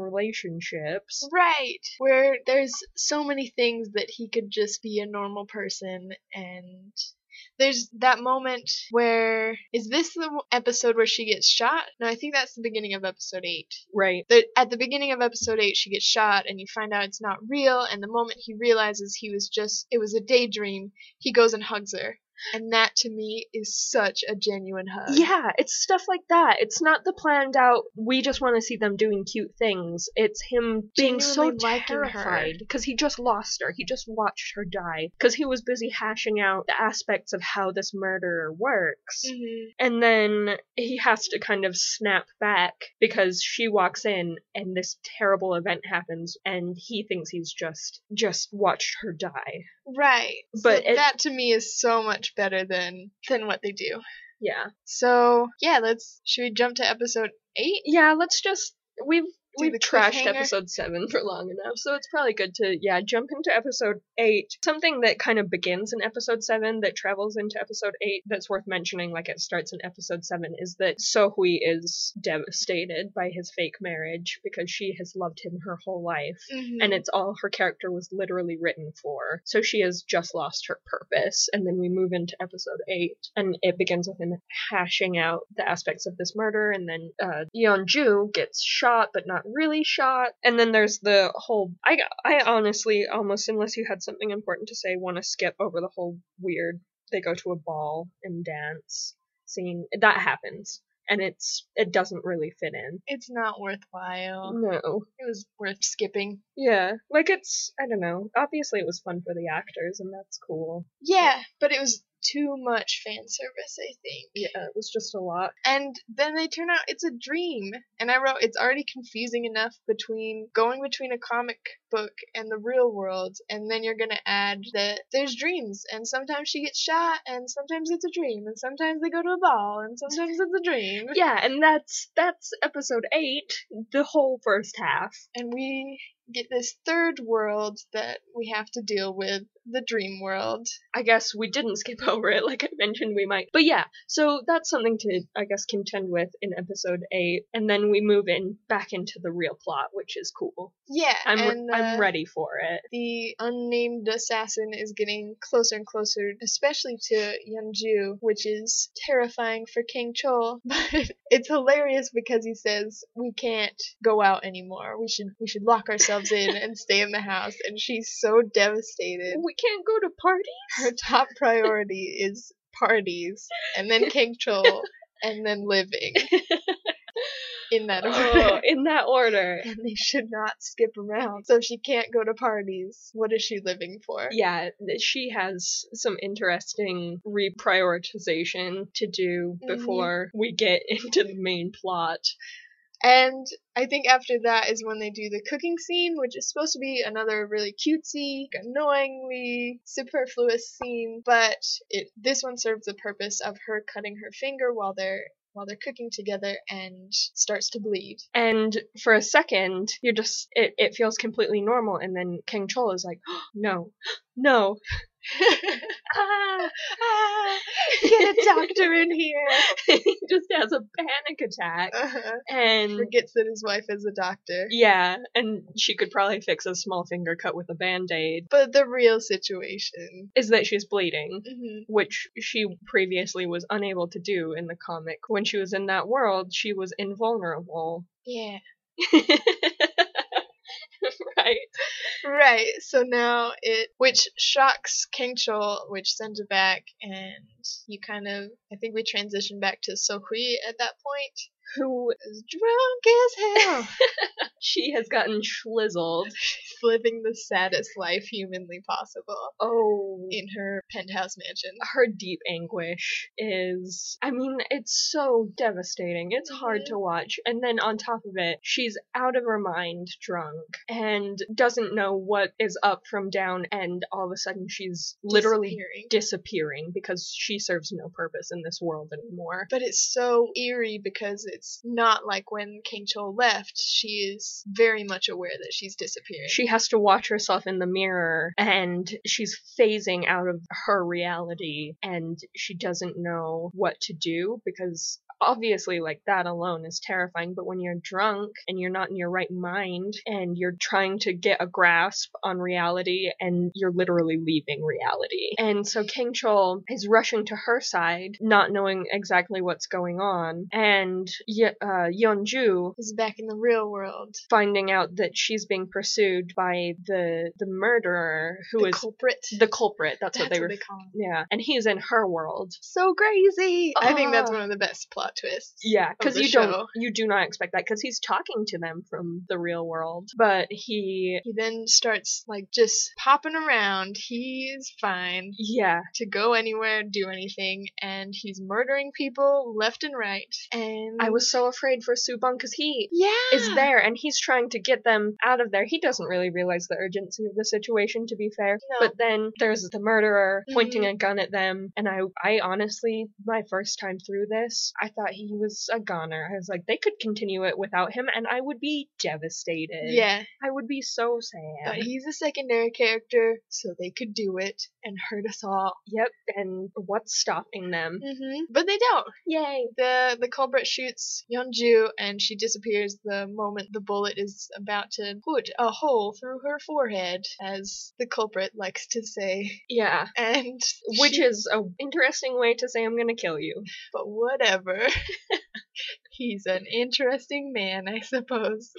relationships. Right. Where there's so many things that he could just be a normal person and there's that moment where is this the episode where she gets shot? No, I think that's the beginning of episode 8. Right. The, at the beginning of episode 8 she gets shot and you find out it's not real and the moment he realizes he was just it was a daydream, he goes and hugs her. And that to me is such a genuine hug. Yeah, it's stuff like that. It's not the planned out. We just want to see them doing cute things. It's him being so Genuinely liking her. terrified because he just lost her. He just watched her die because he was busy hashing out the aspects of how this murderer works. Mhm. And then he has to kind of snap back because she walks in and this terrible event happens and he thinks he's just just watched her die. Right. But so it- that to me is so much better than than what they do. Yeah. So yeah, let's should we jump to episode eight? yeah, let's just we've Do we've the trashed cliffhanger. episode seven for long enough, so it's probably good to yeah jump into episode eight. Something that kind of begins in episode seven that travels into episode eight that's worth mentioning, like it starts in episode seven, is that Sohui is devastated by his fake marriage because she has loved him her whole life. Mm-hmm. Hmm. And it's all her character was literally written for. So she has just lost her purpose. And then we move into episode eight, and it begins with him hashing out the aspects of this murder. And then uh, Yeonju gets shot, but not really shot. And then there's the whole. I I honestly almost, unless you had something important to say, want to skip over the whole weird. They go to a ball and dance, singing. That happens, and it's it doesn't really fit in. it's not worthwhile. No. It was worth skipping. Yeah, like it's I don't know. Obviously, it was fun for the actors, and that's cool. Yeah, but it was too much fan service, I think. Yeah, it was just a lot. And then they turn out it's a dream. And I wrote it's already confusing enough between going between a comic book and the real world, and then you're gonna add that there's dreams, and sometimes she gets shot, and sometimes it's a dream, and sometimes they go to a ball, and sometimes it's a dream. Yeah, and that's that's episode eight, the whole first half. and we get this third world that we have to deal with the dream world I guess we didn't skip over it, like I mentioned we might. But yeah, so that's something to I guess contend with in episode eight, and then we move in back into the real plot, which is cool. yeah I'm re- and, I'm uh, ready for it. the unnamed assassin is getting closer and closer, especially to Yeonju, which is terrifying for King Chol. But it's hilarious because he says, "We can't go out anymore. We should we should lock ourselves in and stay in the house." And she's so devastated. We can't go to party. her top priority is parties and then King Chol and then living in that Oh, order. in that order. And they should not skip around. So if she can't go to parties, what is she living for? yeah, th- she has some interesting reprioritization to do Mhm. before we get into the main plot. And I think after that is when they do the cooking scene, which is supposed to be another really cutesy, annoyingly superfluous scene, but it this one serves the purpose of her cutting her finger while they're while they're cooking together and starts to bleed. And for a second, you're just it, it feels completely normal and then King Chol is like, "No. No." Ah! ah, get a doctor in here. he just has a panic attack Uh-huh. and Forgets that his wife is a doctor. yeah, and she could probably fix a small finger cut with a band-aid But the real situation. is that she's bleeding. hmm which she previously was unable to do in the comic. When she was in that world, she was invulnerable. Yeah. right. Right. So now it, which shocks King Chol, which sends her back, and you kind of, I think we transition back to Sohui at that point. Who Is drunk as hell. She has gotten schlizzled. She's living the saddest life humanly possible Oh, in her penthouse mansion. her deep anguish is I mean, it's so devastating. It's hard Mhm. to watch. And then on top of it, she's out of her mind drunk and doesn't know what is up from down and all of a sudden she's literally Disappearing. disappearing because she serves no purpose in this world anymore. But it's so eerie because it's not like when King Chol left. She is very much aware that she's disappearing. She has to watch herself in the mirror and she's phasing out of her reality and she doesn't know what to do because obviously like that alone is terrifying but when you're drunk and you're not in your right mind and you're trying to get a grasp on reality and you're literally leaving reality and so king chol is rushing to her side not knowing exactly what's going on and Ye- uh, yeonju is back in the real world. finding out that she's being pursued by the the murderer who the is culprit. the culprit. That's, That's what they were. call him. yeah, and he's in her world. So crazy. I think that's Ah. one of the best plot twists. Yeah, because the you show. don't you do not expect that because he's talking to them from the real world, but he He then starts like just popping around. He's fine yeah to go anywhere, do anything, and he's murdering people left and right. And I was so afraid for Subang because he yeah is there and he's trying to get them out of there. He doesn't really realize the urgency of the situation, to be fair. No. But then there's the murderer pointing Mhm. a gun at them, and I, I honestly, my first time through this, I thought he was a goner. I was like, they could continue it without him, and I would be devastated. Yeah, I would be so but sad. he's a secondary character, so they could do it and hurt us all. Yep, and what's stopping them? hmm But they don't. Yay! The the culprit shoots Yeonju, and she disappears the moment the bullet is about to put a hole through her forehead, as the culprit likes to say. Yeah. And Which she- is an interesting way to say I'm gonna kill you. but whatever. He's an interesting man, I suppose.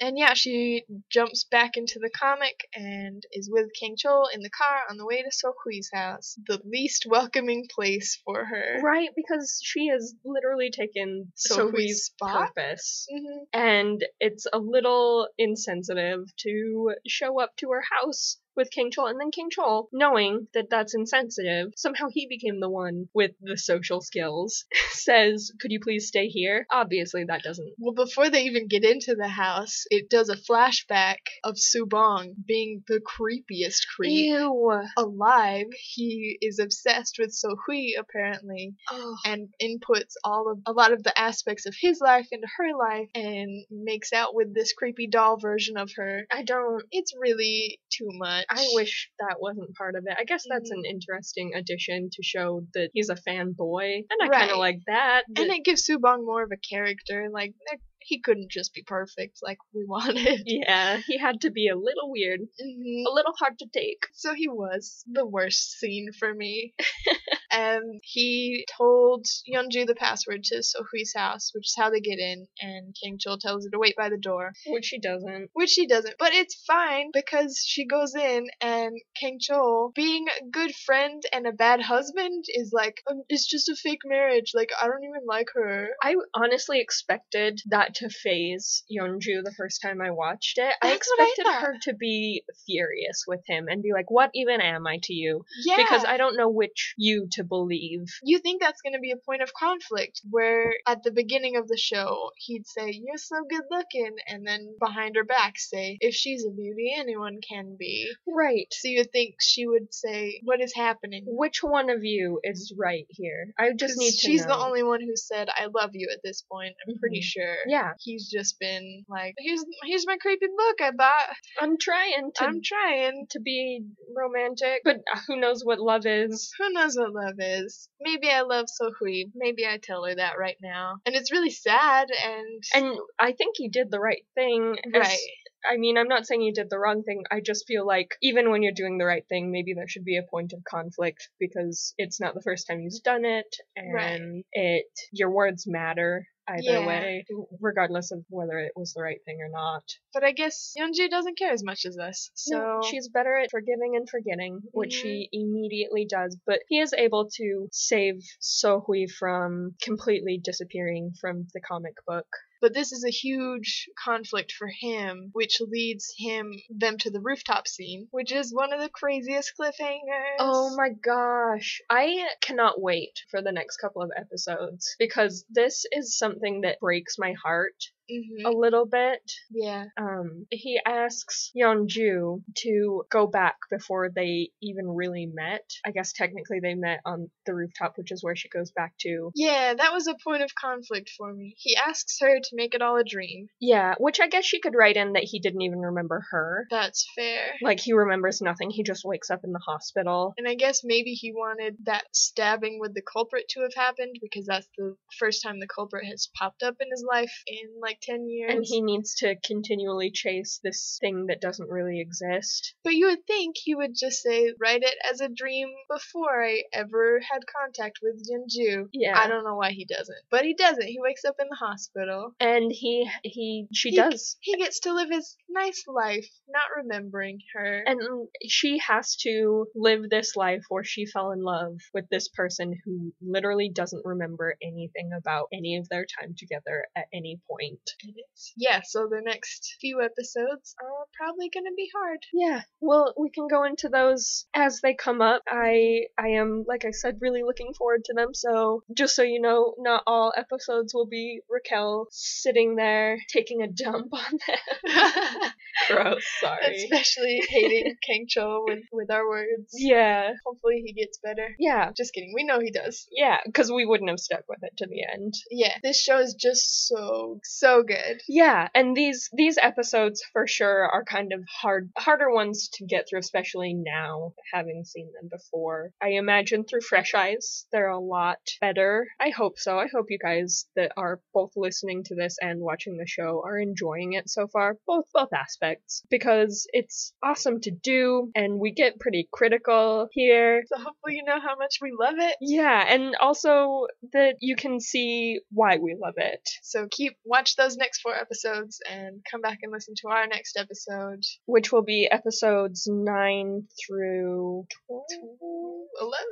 and yeah, she jumps back into the comic and is with King Chol in the car on the way to Sokui's house, the least welcoming place for her. Right, because she has literally taken So Sohui's spot. purpose. Mhm. and it's a little insensitive to show up to her house with King Chol, and then King Chol, knowing that that's insensitive, somehow he became the one with the social skills, says, "Could you please stay here?" Obviously, that doesn't. Well, before they even get into the house, it does a flashback of Subong being the creepiest creep Ew. alive. He is obsessed with Sohui apparently, Oh. and inputs all of a lot of the aspects of his life into her life, and makes out with this creepy doll version of her. I don't. It's really too much. I wish that wasn't part of it. I guess that's an Mhm. interesting addition to show that he's a fanboy, and I kind Right. of like that. and that- it gives Subong more of a character. Like there- he couldn't just be perfect like we wanted. yeah, he had to be a little weird, Mhm. a little hard to take. So he was the worst scene for me. and he told Yeonju the password to Sohui's house, which is how they get in, and King Chul tells her to wait by the door, Which she doesn't. which she doesn't. But it's fine because she goes in and King Chul, being a good friend and a bad husband, is like, um, it's just a fake marriage. Like, I don't even like her. I honestly expected that to phase Yeonju the first time I watched it. I That's what I expected thought. her to be furious with him and be like, "What even am I to you?" Yeah. Because I don't know which you to believe. you think that's going to be a point of conflict where at the beginning of the show he'd say you're so good looking and then behind her back say if she's a beauty anyone can be Right. so you'd think she would say what is happening Which one of you is right here? I just 'Cause need to she's know. the only one who said i love you at this point i'm pretty Mhm. sure Yeah, he's just been like here's here's my creepy book i bought I'm trying to i'm trying to be romantic, but uh, who knows what love is? who knows what love is? Maybe I love Sohui. Maybe I tell her that right now. And it's really sad and, And I think he did the right thing. as- right. I mean, I'm not saying you did the wrong thing. I just feel like even when you're doing the right thing, maybe there should be a point of conflict because it's not the first time you've done it, and Right. it your words matter either Yeah. way, regardless of whether it was the right thing or not. But I guess Yeonju doesn't care as much as us. So no, she's better at forgiving and forgetting, which she immediately does. But he is able to save Sohui from completely disappearing from the comic book. But this is a huge conflict for him, which leads him them to the rooftop scene, which is one of the craziest cliffhangers. Oh my gosh. I cannot wait for the next couple of episodes because this is something that breaks my heart Mhm. a little bit. Yeah. Um, he asks Yeonju to go back before they even really met. I guess technically they met on the rooftop, which is where she goes back to. Yeah, that was a point of conflict for me. He asks her to make it all a dream. Yeah, which I guess she could write in that he didn't even remember her. That's fair. Like he remembers nothing. He just wakes up in the hospital. And I guess maybe he wanted that stabbing with the culprit to have happened because that's the first time the culprit has popped up in his life in like 10 years. And he needs to continually chase this thing that doesn't really exist. but you would think he would just say, write it as a dream before I ever had contact with Jinju. Yeah. I don't know why he doesn't. But he doesn't. He wakes up in the hospital. and he he she He- does He gets to live his nice life, not remembering her. and she has to live this life where she fell in love with this person who literally doesn't remember anything about any of their time together at any point. yeah, so the next few episodes are probably going to be hard. Yeah, well, we can go into those as they come up. I I am like I said really looking forward to them. So, just so you know, not all episodes will be Raquel sitting there taking a dump on them. Gross, sorry. Especially hating Kang Cho with, with our words. Yeah. Hopefully he gets better. Yeah. Just kidding. We know he does. Yeah, cuz we wouldn't have stuck with it to the end. Yeah, this show is just so, so good. Yeah, and these these episodes for sure are kind of hard harder ones to get through, especially now having seen them before. I imagine through fresh eyes they're a lot better. I hope so. I hope you guys that are both listening to this and watching the show are enjoying it so far, both both aspects, because it's awesome to do, and we get pretty critical here. So hopefully you know how much we love it. Yeah, and also that you can see why we love it. So keep watch those next four episodes and come back and listen to our next episode. which will be episodes 9 through 12. 11,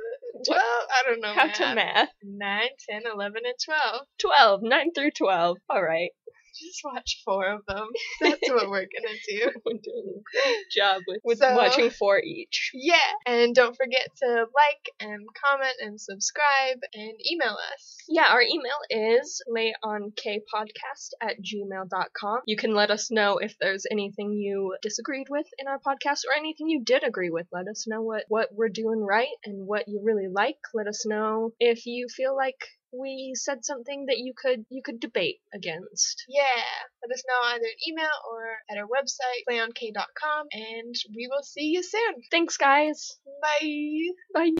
12, I don't know. How to math? 9, 10, 11, and 12. 12, 9 through 12. All right. Just watch four of them. That's what we're going to do. We're doing a great job with, with So- watching four each. Yeah, and don't forget to like and comment and subscribe and email us. Yeah, our email is layonkpodcast at gmail.com. You can let us know if there's anything you disagreed with in our podcast or anything you did agree with. Let us know what, what we're doing right and what you really like. Let us know if you feel like we said something that you could you could debate against. Yeah, let us know either an email or at our website, playonk.com, and we will see you soon. Thanks guys. Bye. Bye.